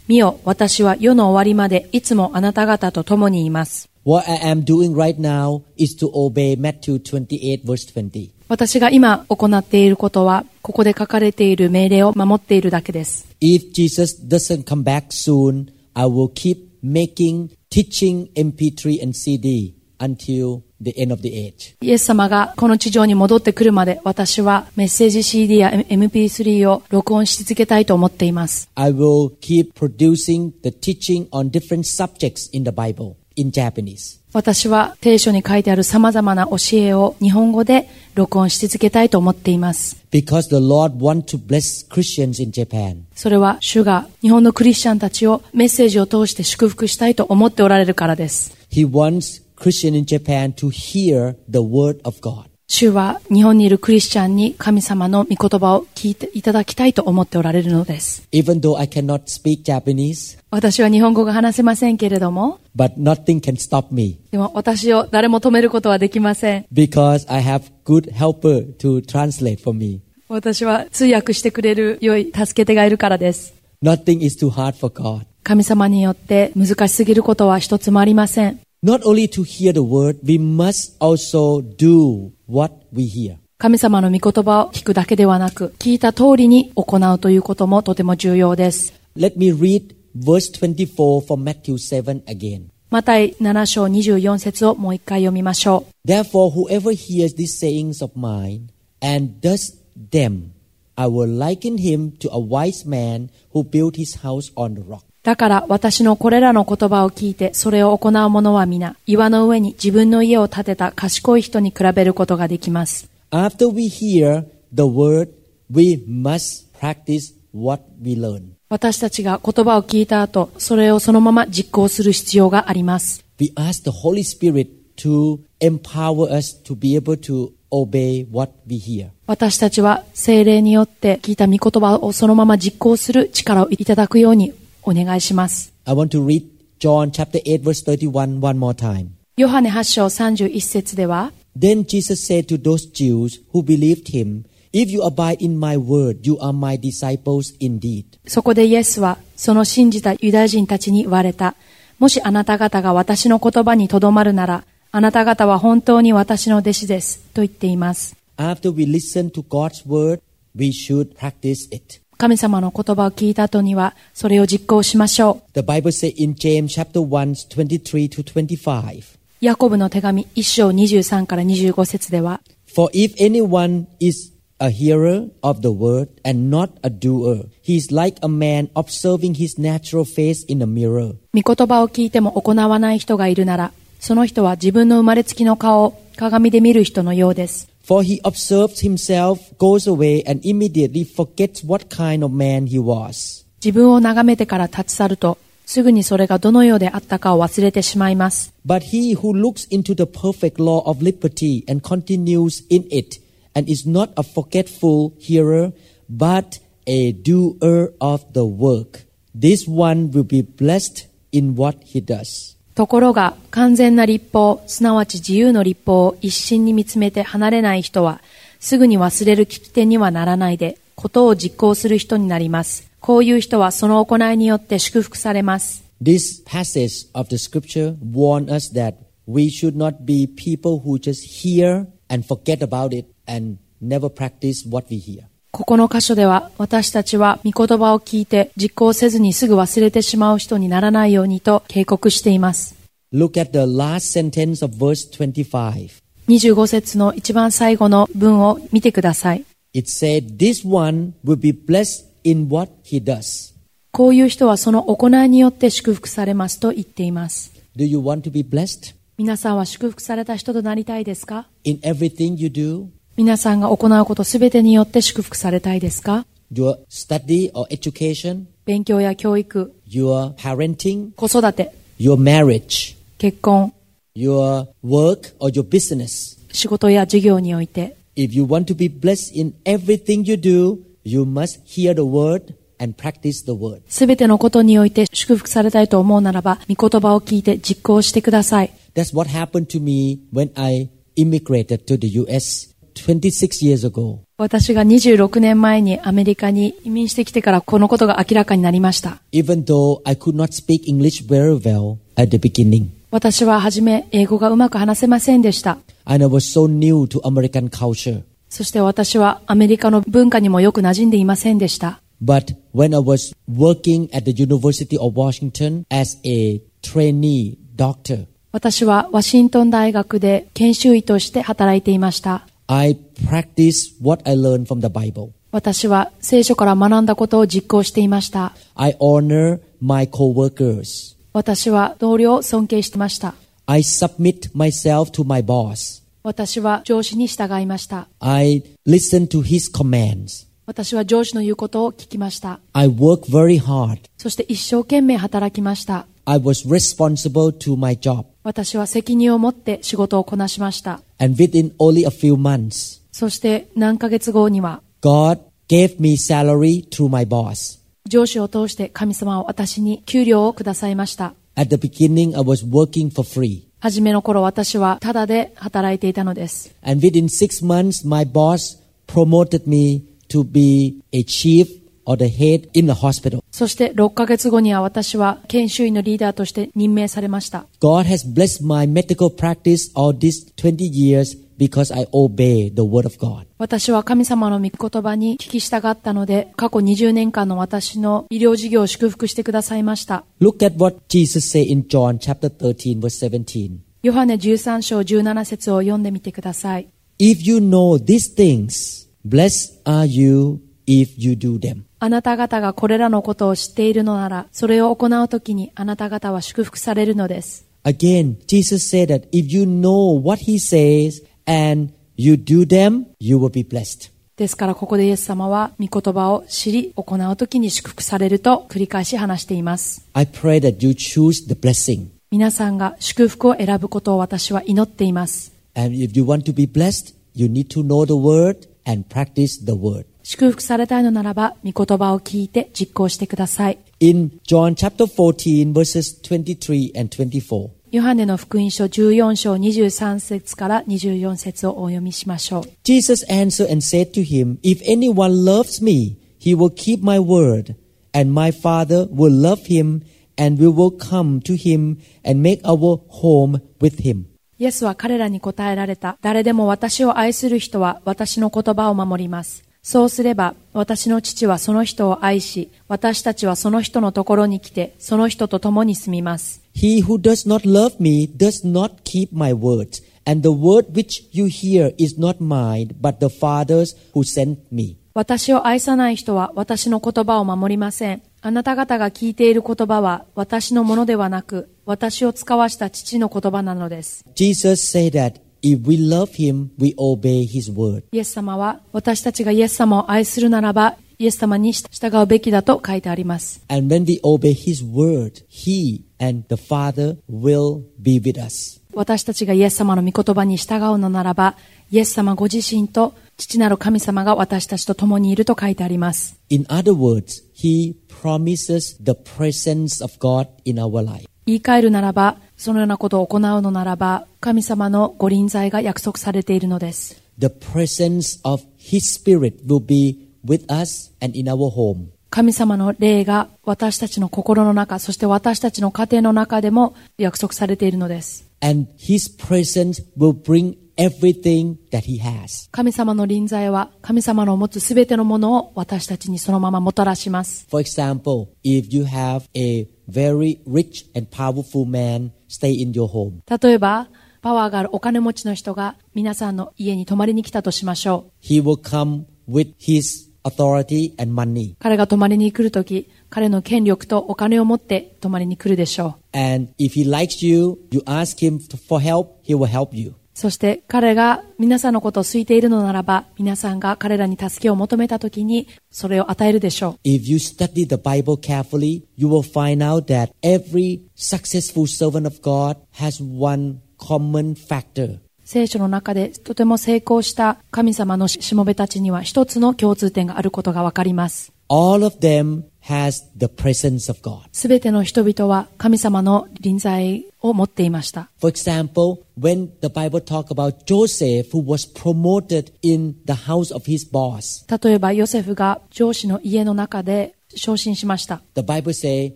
Speaker 4: 見よ、私は世の終わりまでいつもあなた方と共にいます。
Speaker 3: What I am doing right now is to obey Matthew 28, verse 20.
Speaker 4: 私が今行っていることは、ここで書かれている命令を守っているだけです。
Speaker 3: If Jesus doesn't come back soon, I will keep making teaching MP3 and CD until the end of the age.
Speaker 4: イエス様がこの地上に戻ってくるまで私はメッセージ CD や MP3 を録音し続けたいと思っています。
Speaker 3: I will keep producing the teaching on different subjects in the Bible in Japanese.
Speaker 4: 私は聖書に書いてある様々な教えを日本語で録音し続けたいと思っています。
Speaker 3: Because the Lord wants to bless Christians in Japan.
Speaker 4: それは主が日本のクリスチャンたちをメッセージを通して祝福したいと思っておられるからです。
Speaker 3: He wants Christians in Japan to hear the word of God.
Speaker 4: 主は日本にいるクリスチャンに神様の御言葉を聞いていただきたいと思っておられるのです。
Speaker 3: Even though I cannot speak Japanese,
Speaker 4: 私は日本語が話せませんけれども、
Speaker 3: but nothing can stop me
Speaker 4: でも私を誰も止めることはできません。
Speaker 3: because I have good helper to translate for me.
Speaker 4: 私は通訳してくれる良い助け手がいるからです。
Speaker 3: Nothing is too hard for God.
Speaker 4: 神様によって難しすぎることは一つもありません。
Speaker 3: Not only to hear the word, we must also do what we hear.
Speaker 4: 神様の御言葉を聞くだけではなく、聞いた通りに行うということもとても重要です。
Speaker 3: Let me read verse 24 from Matthew 7 again.
Speaker 4: マタイ7章24節をもう一回読みましょう。
Speaker 3: Therefore, whoever hears these sayings of mine and does them, I will liken him to a wise man who built his house on the rock.
Speaker 4: だから私のこれらの言葉を聞いてそれを行う者は皆、岩の上に自分の家を建てた賢い人に比べることができます。
Speaker 3: After we hear the word, we must practice what we learn.
Speaker 4: 私たちが言葉を聞いた後、それをそのまま実行する必要があります。
Speaker 3: We ask the Holy Spirit to empower us to be able to obey what we hear.
Speaker 4: 私たちは聖霊によって聞いた御言葉をそのまま実行する力をいただくようにお願いします。
Speaker 3: I want to read John chapter 8 verse 31 one more time.
Speaker 4: ヨハネ8章31節では、
Speaker 3: Then Jesus said to those Jews who believed him, If you abide in my word, you are my disciples indeed.
Speaker 4: そこでイエスはその信じたユダヤ人たちに言われた。もしあなた方が私の言葉にとどまるなら、あなた方は本当に私の弟子です。と言っています。
Speaker 3: After we listen to God's word, we should practice it.
Speaker 4: 神様の言葉を聞いた後には、それを実行しましょう。
Speaker 3: The Bible says in James chapter 1, 23 to 25,
Speaker 4: ヤコブの手紙1章23から25節では、
Speaker 3: For if anyone is a hearer of the word and not a doer, he is like a man observing his natural face in a mirror.
Speaker 4: 御言葉を聞いても行わない人がいるなら、その人は自分の生まれつきの顔を鏡で見る人のようです。
Speaker 3: For he observes himself, goes away, and immediately forgets what kind of man he was.
Speaker 4: 自分を眺めてから立ち去ると、すぐにそれがどのようであったかを忘れてしまいます。
Speaker 3: But he who looks into the perfect law of liberty and continues in it, and is not a forgetful hearer, but a doer of the work, this one will be blessed in what he does.
Speaker 4: ところが、完全な立法、すなわち自由の立法を一心に見つめて離れない人は、すぐに忘れる聞き手にはならないで、ことを実行する人になります。こういう人はその行いによって祝福されます。
Speaker 3: This passage of the scripture warns us that we should not be people who just hear and forget about it and never practice what we hear.
Speaker 4: ここの箇所では私たちは御言葉を聞いて実行せずにすぐ忘れてしまう人にならないようにと警告しています。
Speaker 3: Look at the last sentence of verse 25.
Speaker 4: 25節の一番最後の文を見てください。
Speaker 3: It said, This one will be blessed in what he does.
Speaker 4: こういう人はその行いによって祝福されますと言っています。
Speaker 3: Do you want to be blessed
Speaker 4: 皆さんは祝福された人となりたいですか
Speaker 3: in everything you do,
Speaker 4: 皆さんが行うことすべてによって祝福されたいですか
Speaker 3: your study or education,
Speaker 4: 勉強や教育、
Speaker 3: your parenting,
Speaker 4: 子育て、
Speaker 3: your marriage,
Speaker 4: 結婚、
Speaker 3: your work or your business?
Speaker 4: 仕事や授業において
Speaker 3: If you want to be blessed in everything you do, you must hear the word and practice the word.
Speaker 4: すべてのことにおいて祝福されたいと思うならば、御言葉を聞いて実行してください。
Speaker 3: That's what happened to me when I immigrated to the US 26 years ago.
Speaker 4: 私が26年前にアメリカに移民してきてからこのことが明らかになりました。
Speaker 3: Even though I could not speak English very well at the beginning,
Speaker 4: 私は初め英語がうまく話せませんでした。
Speaker 3: and I was so new to American culture.
Speaker 4: そして私はアメリカの文化にもよく馴染んでいませんでした。
Speaker 3: But when I was working at the University of Washington as a trainee doctor,
Speaker 4: 私はワシントン大学で研修医として働いていました。
Speaker 3: I practice what I learned from the Bible.
Speaker 4: 私は聖書から学んだことを実行していました。
Speaker 3: I honor my coworkers.
Speaker 4: 私は同僚を尊敬していました。
Speaker 3: I submit myself to my boss.
Speaker 4: 私は上司に従いました。
Speaker 3: I listen to his commands.
Speaker 4: 私は上司の言うことを聞きました。
Speaker 3: I work very hard.
Speaker 4: そして一生懸命働きました。
Speaker 3: I was responsible to my job.
Speaker 4: 私は責任を持って仕事をこなしました。
Speaker 3: And within only a few months,
Speaker 4: そして何ヶ月後には
Speaker 3: God gave me salary through my boss.
Speaker 4: 上司を通して神様は私に給料をくださいました。
Speaker 3: At the beginning, I was working for free.
Speaker 4: 初めの頃私はタダで働いていたのです。
Speaker 3: And within six months, my boss promoted me to be a chief or the head in the hospital.
Speaker 4: そして6ヶ月後には私は研修医のリーダーとして任命されました。
Speaker 3: God has blessed my medical practice all these 20 years because I obey the word of God.
Speaker 4: 私は神様の御言葉に聞き従ったので、過去20年間の私の医療事業を祝福してくださいました。
Speaker 3: Look at what Jesus said in John chapter 13 verse 17.
Speaker 4: ヨハネ13章17節を読んでみてください。
Speaker 3: If you know these things, blessed are you if you do them.
Speaker 4: あなた方がこれらのことを知っているのなら、それを行うときにあなた方は祝福されるのです。
Speaker 3: Again, Jesus said that if you know what he says and you do them, you will be blessed.
Speaker 4: ですからここでイエス様は御言葉を知り、行うときに祝福されると繰り返し話しています。
Speaker 3: I pray that you choose the blessing.
Speaker 4: 皆さんが祝福を選ぶことを私は祈っています。
Speaker 3: And if you want to be blessed, you need to know the word and practice the word.
Speaker 4: 祝福されたいのならば、御言葉を聞いて実行してください。
Speaker 3: In John chapter 14 verses 23 and 24,
Speaker 4: ヨハネの福音書14章23節から24節をお読みしましょう。
Speaker 3: Jesus answered and said to him, If anyone loves me, he will keep my word, and my Father will love him, and we will come to him and make our home with him.
Speaker 4: イエスは彼らに答えられた。誰でも私を愛する人は私の言葉を守ります。そうすれば、私の父はその人を愛し、私たちはその人のところに来て、その人と共に住みます。
Speaker 3: He who does not love me does not keep my words, and the word which you hear is not mine, but the Father's who sent me.
Speaker 4: 私を愛さない人は私の言葉を守りません。あなた方が聞いている言葉は私のものではなく、私を使わした父の言葉なのです。
Speaker 3: Jesus said that if we love him, we obey his word.
Speaker 4: イエス様は、私たちがイエス様を愛するならば、イエス様に従うべきだと書いてあります。
Speaker 3: And when we obey his word, he and the Father will be with us.
Speaker 4: 私たちがイエス様の御言葉に従うのならば、イエス様ご自身と父なる神様が私たちと共にいると書いてあります。
Speaker 3: In other words, He promises the presence of God in our life.
Speaker 4: 言い換えるならば、そのようなことを行うのならば、神様のご臨在が約束されているのです。
Speaker 3: The presence of His Spirit will be with us and in our home.
Speaker 4: 神様の霊が私たちの心の中、そして私たちの家庭の中でも約束されているのです。
Speaker 3: And His presence will bring everything that He has.
Speaker 4: 神様の臨在は神様の持つすべてのものを私たちにそのままもたらします。
Speaker 3: For example, if you have a very rich and powerful man stay in your home,
Speaker 4: 例えば、パワーがあるお金持ちの人が皆さんの家に泊まりに来たとしましょう。
Speaker 3: he will come with his authority and money.
Speaker 4: 彼が泊まりに来るとき、彼の権力とお金を持って泊まりに来るでしょう。
Speaker 3: And if he likes you, you ask him for help, he will help you.
Speaker 4: そして彼が皆さんのことを好いているのならば、皆さんが彼らに助けを求めたときに、それを与えるでしょう。
Speaker 3: If you study the Bible carefully, you will find out that every successful servant of God has one common factor.
Speaker 4: 聖書の中でとても成功した神様のしもべたちには一つの共通点があることがわかります。
Speaker 3: All of them has the presence of God.
Speaker 4: すべての人々は神様の臨在を持っていました。
Speaker 3: For example, when the Bible talk about Joseph who was promoted in the house of his boss,
Speaker 4: 例えばヨセフが上司の家の中で昇進しました。
Speaker 3: the Bible say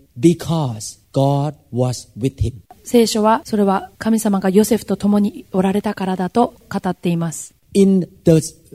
Speaker 3: because God was with him.
Speaker 4: 聖書はそれは神様がヨセフと共におられたからだと語っています。
Speaker 3: In the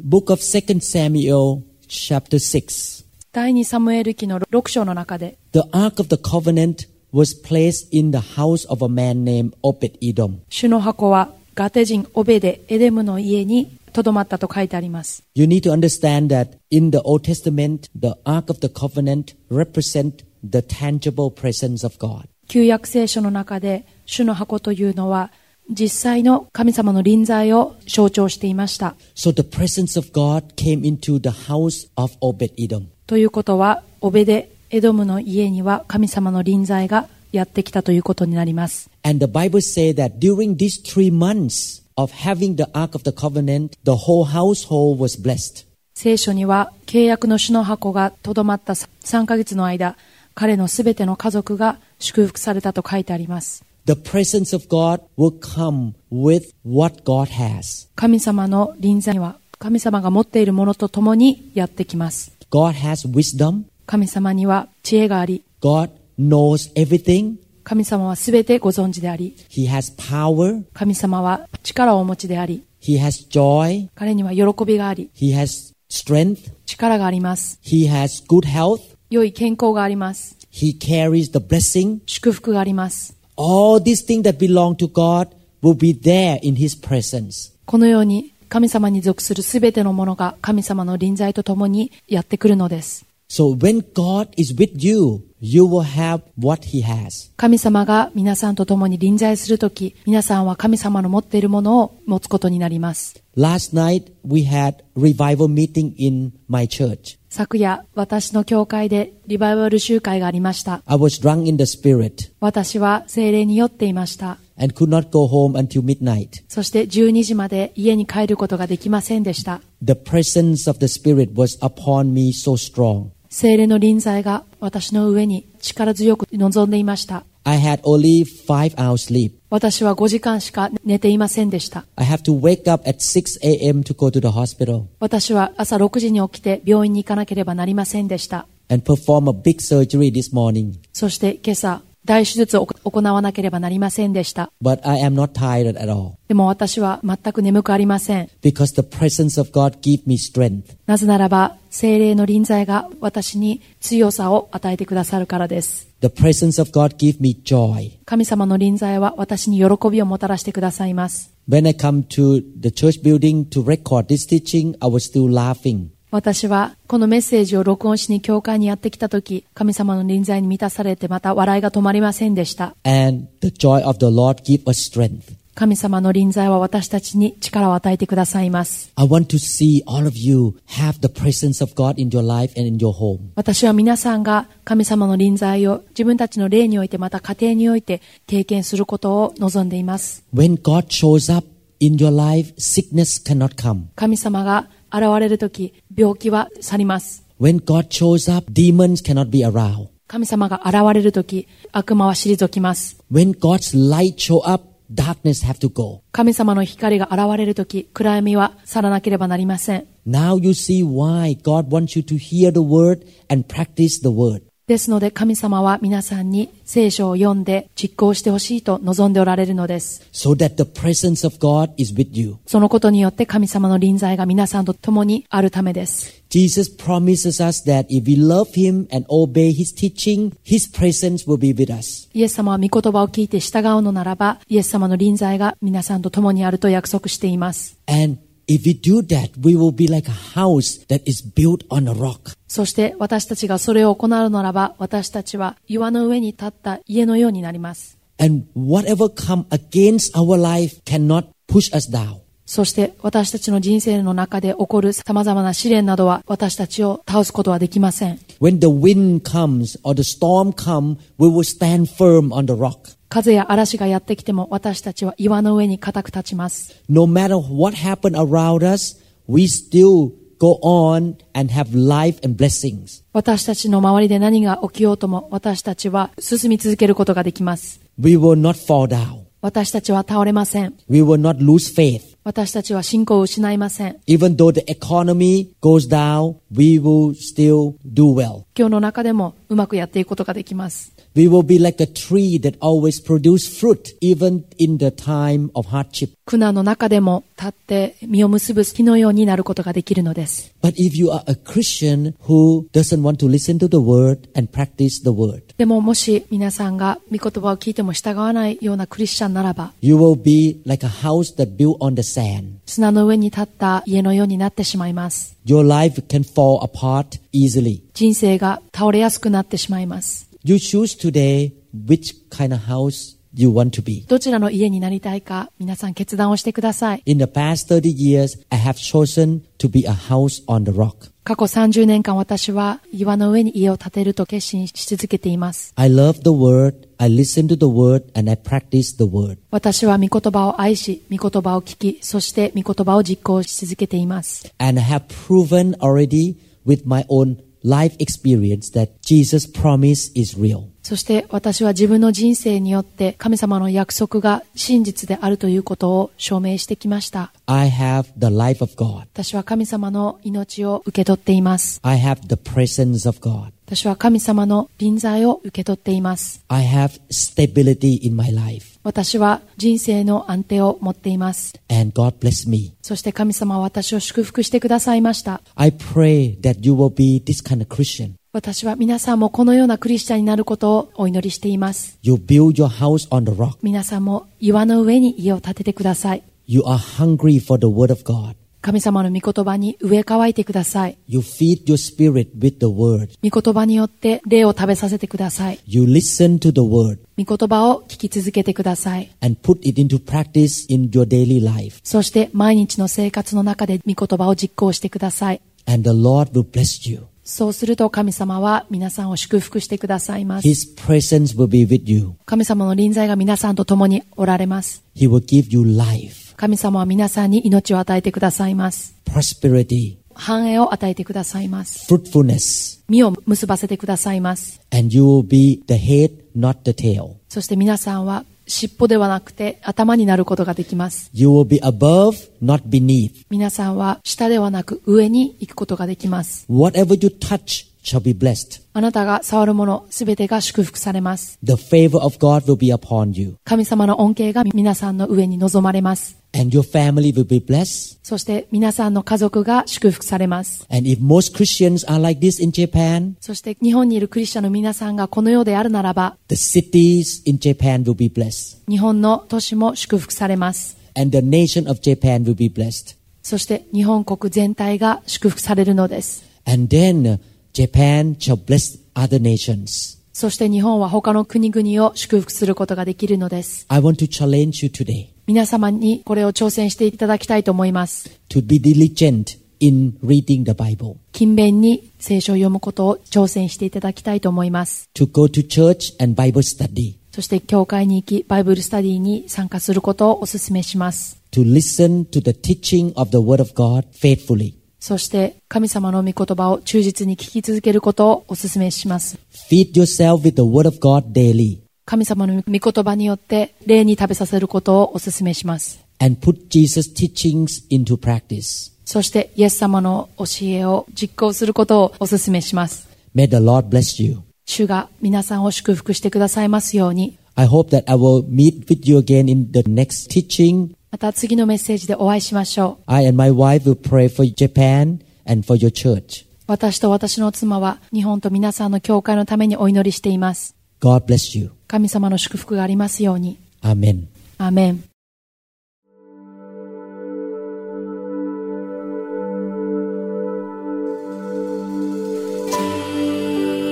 Speaker 3: book of 2 Samuel chapter 6,
Speaker 4: 第2サムエル記の6章の中で、
Speaker 3: the ark of the covenant was placed in the house of a man named Obed Edom.
Speaker 4: 主の箱はガテ人オベデエデムの家にとどまったと書いてあります
Speaker 3: You need to understand that in the Old Testament, the Ark of the Covenant represent the tangible presence of God.
Speaker 4: 旧約聖書の中で主の箱というのは実際の神様の臨在を象徴していました
Speaker 3: So the presence of God came into the house of Obed Edom.
Speaker 4: ということはオベデエドムの家には神様の臨在がやってきたということになります
Speaker 3: And the Bible says that during these three months of having the Ark of the Covenant, the whole household was blessed.
Speaker 4: 聖書には契約の主の箱がとどまった3ヶ月の間彼のすべての家族が祝福されたと書いてあります
Speaker 3: The presence of God will come with what God has.
Speaker 4: 神様の臨在は神様が持っているものと共にやってきます
Speaker 3: God has wisdom.
Speaker 4: 神様には知恵があり
Speaker 3: God knows everything.
Speaker 4: 神様はすべてご存知であり
Speaker 3: He has power.
Speaker 4: 神様は力をお持ちであり
Speaker 3: He has joy.
Speaker 4: 彼には喜びがあり
Speaker 3: He has strength.
Speaker 4: 力があります
Speaker 3: He has good health.
Speaker 4: 良い健康があります
Speaker 3: He carries the blessing.
Speaker 4: 祝福があります
Speaker 3: All these things that belong to God will be there in His presence.
Speaker 4: このように神様に属するすべてのものが神様の臨在とともにやってくるのです
Speaker 3: So when God is with you, you will have what He has.
Speaker 4: 神様が皆さんと共に臨在するとき皆さんは神様の持っているものを持つことになります
Speaker 3: Last night we had revival meeting in my church.
Speaker 4: 昨夜私の教会でリバイバル集会がありました
Speaker 3: I was drunk in the spirit
Speaker 4: 私は精霊に酔っていました
Speaker 3: and could not go home until midnight.
Speaker 4: そして12時まで家に帰ることができませんでした
Speaker 3: The presence of the spirit was upon me so strong.
Speaker 4: 精霊の臨在が私の上に力強く臨んでいました
Speaker 3: I had only five hours sleep.
Speaker 4: 私は5時間しか寝ていませんでした
Speaker 3: I have to wake up at 6 a.m. to go to the hospital
Speaker 4: 私は朝6時に起きて病院に行かなければなりませんでした
Speaker 3: and perform a big surgery this morning.
Speaker 4: そして今朝大手術を行わなければなりませんでした
Speaker 3: But I am not tired at all
Speaker 4: でも私は全く眠くありません
Speaker 3: because the presence of God gave me strength.
Speaker 4: なぜならば精霊の臨在が私に強さを与えてくださるからです
Speaker 3: The presence of God gave me joy.
Speaker 4: 神様の臨在は私に喜びをもたらしてくださいます
Speaker 3: When I come to the church building to record this teaching, I was still laughing
Speaker 4: 私はこのメッセージを録音しに教会にやってきた時神様の臨在に満たされてまた笑いが止まりませんでした
Speaker 3: and the joy of the Lord give us strength.
Speaker 4: 神様の臨在は私たちに力を与えてくださいます
Speaker 3: I want to see all of you have the presence of God in your life and in your home.
Speaker 4: 私は皆さんが神様の臨在を自分たちの霊においてまた家庭において経験することを望んでいます
Speaker 3: When God shows up in your life, sickness cannot come.
Speaker 4: 神様が現れる時病気は去ります
Speaker 3: When God shows up, demons cannot be around.
Speaker 4: 神様が現れる時悪魔は退きます
Speaker 3: When God's light show up, darkness have to go.
Speaker 4: 神様の光が現れる時暗闇は去らなければなりません
Speaker 3: Now you see why God wants you to hear the word and practice the word.
Speaker 4: ですので神様は皆さんに聖書を読んで実行してほしいと望んでおられるのです。
Speaker 3: so that the presence of God is with you.
Speaker 4: そのことによって神様の臨在が皆さんと共にあるためです。
Speaker 3: Jesus promises us that if we love Him and obey His teaching, His presence will be with us.
Speaker 4: イエス様は御言葉を聞いて従うのならば、イエス様の臨在が皆さんと共にあると約束しています。
Speaker 3: And if we do that, we will be like a house that is built on a rock.
Speaker 4: そして私たちがそれを行うならば、私たちは岩の上に立った家のようになります。
Speaker 3: And whatever come against our life cannot push us down.
Speaker 4: そして私たちの人生の中で起こる様々な試練などは私たちを倒すことはできません。
Speaker 3: When the wind comes or the storm come, we will stand firm on the rock.
Speaker 4: 風や嵐がやってきても私たちは岩の上に固く立ちます。
Speaker 3: No matter what happened around us, we still go on and have life and blessings.
Speaker 4: 私たちの周りで何が起きようとも私たちは進み続けることができます。
Speaker 3: We will not fall down.
Speaker 4: 私たちは倒れません。
Speaker 3: We will not lose faith.
Speaker 4: 私たちは信仰を失いません。
Speaker 3: Even though the economy goes down, we will still do well.
Speaker 4: 今日の中でもうまくやっていくことができます。
Speaker 3: We will be like a tree that always produce fruit even in the time of hardship.
Speaker 4: 苦難の中でも立って実を結ぶ木のようになることができるのです。
Speaker 3: But if you are a Christian who doesn't want to listen to the word and practice the word,
Speaker 4: でももし皆さんが御言葉を聞いても従わないようなクリスチャンならば、
Speaker 3: you will be like a house that built on the sand.
Speaker 4: 砂の上に立った家のようになってしまいます。
Speaker 3: Your life can fall apart easily.
Speaker 4: 人生が倒れやすくなってしまいます。
Speaker 3: You choose today which kind of house you want to be.
Speaker 4: どちらの家になりたいか、皆さん決断をしてください。
Speaker 3: In the past 30 years, I have chosen to be a house on the rock.
Speaker 4: 過去30年間私は岩の上に家を建てると決心し続けています。
Speaker 3: I love the word, I listen to the word, and I practice the word.
Speaker 4: 私は御言葉を愛し、御言葉を聞き、そして御言葉を実行し続けています。
Speaker 3: And I have proven already with my own life experience that Jesus' promise is real.
Speaker 4: そして私は自分の人生によって神様の約束が真実であるということを証明してきました。
Speaker 3: I have the life of God.
Speaker 4: 私は神様の命を受け取っています。
Speaker 3: I have the presence of God.
Speaker 4: 私は神様の臨在を受け取っています。
Speaker 3: I have stability in my life.
Speaker 4: 私は人生の安定を持っています。
Speaker 3: And God bless me.
Speaker 4: そして神様は私を祝福してくださいました。
Speaker 3: I pray that you will be this kind of Christian.
Speaker 4: 私は皆さんもこのようなクリスチャンになることをお祈りしています。
Speaker 3: You build your house on the rock.
Speaker 4: 皆さんも岩の上に家を建ててください。
Speaker 3: You are hungry for the word of God.
Speaker 4: 神様の御言葉に植え替えてください。
Speaker 3: You feed your spirit with the word.
Speaker 4: 御言葉によって霊を食べさせてください。
Speaker 3: You listen to the word
Speaker 4: 御言葉を聞き続けてください。
Speaker 3: and put it into practice in your daily life.
Speaker 4: そして毎日の生活の中で御言葉を実行してください。
Speaker 3: And the Lord will bless you.
Speaker 4: そうすると神様は皆さんを祝福してくださいます。
Speaker 3: His presence will be with you.
Speaker 4: 神様の臨在が皆さんと共におられます。
Speaker 3: He will give you life,
Speaker 4: 神様は皆さんに命を与えてくださいます。
Speaker 3: prosperity,
Speaker 4: 繁栄を与えてくださいます。
Speaker 3: fruitfulness,
Speaker 4: 実を結ばせてくださいます。
Speaker 3: and you will be the head, not the tail.
Speaker 4: そして皆さんは尻尾ではなくて頭になることができます。
Speaker 3: You will be above, not beneath.
Speaker 4: 皆さんは下ではなく上に行くことができます。
Speaker 3: Whatever you touch shall be blessed.
Speaker 4: あなたが触るものすべてが祝福されます。
Speaker 3: The favor of God will be upon you,
Speaker 4: 神様の恩恵が皆さんの上に望まれます。
Speaker 3: and your family will be blessed.
Speaker 4: そして皆さんの家族が祝福されます。
Speaker 3: And if most Christians are like this in Japan,
Speaker 4: そして日本にいるクリスチャンの皆さんがこの世であるならば、
Speaker 3: the cities in Japan will be blessed,
Speaker 4: 日本の都市も祝福されます。
Speaker 3: and the nation of Japan will be blessed.
Speaker 4: そして日本国全体が祝福されるのです。
Speaker 3: And then Japan shall bless other nations.
Speaker 4: そして日本は他の国々を祝福することができるのです。
Speaker 3: I want to challenge you today
Speaker 4: 皆様にこれを挑戦していただきたいと思います。
Speaker 3: to be diligent in reading the Bible,
Speaker 4: 勤勉に聖書を読むことを挑戦していただきたいと思います。
Speaker 3: to go to church and Bible study,
Speaker 4: そして教会に行き、バイブルスタディに参加することをお勧めします。
Speaker 3: to listen to the teaching of the Word of God faithfully.
Speaker 4: そして神様の御言葉を忠実に聞き続けることをお勧めします。
Speaker 3: Feed yourself with the Word of God daily
Speaker 4: 神様の御言葉によって霊に食べさせることをお勧めします。
Speaker 3: and put Jesus' teachings into practice.
Speaker 4: そしてイエス様の教えを実行することをお勧めします。
Speaker 3: May the Lord bless you.
Speaker 4: 主が皆さんを祝福してくださいますように。
Speaker 3: I hope that I will meet with you again in the next teaching.
Speaker 4: また次のメッセージでお会いしましょう。
Speaker 3: I and my wife will pray for Japan and for your church.
Speaker 4: 私と私の妻は日本と皆さんの教会のためにお祈りしています。
Speaker 3: God bless you.
Speaker 4: 神様の祝福がありますように。
Speaker 3: Amen.
Speaker 4: アーメン。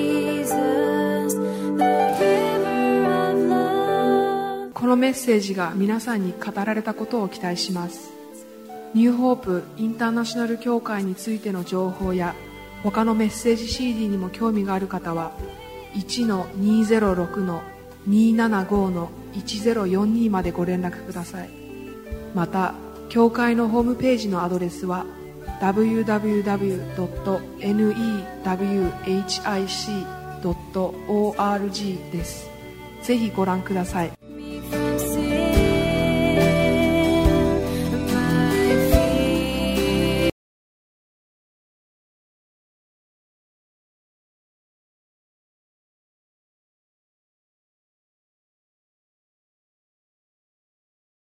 Speaker 5: Jesus, the giver of love.
Speaker 2: このメッセージが皆さんに語られたことを期待しますニューホープインターナショナル協会についての情報や他のメッセージ CD にも興味がある方は1-206-275-1042までご連絡くださいまた教会のホームページのアドレスは www.newhic.org ですぜひご覧ください
Speaker 5: me from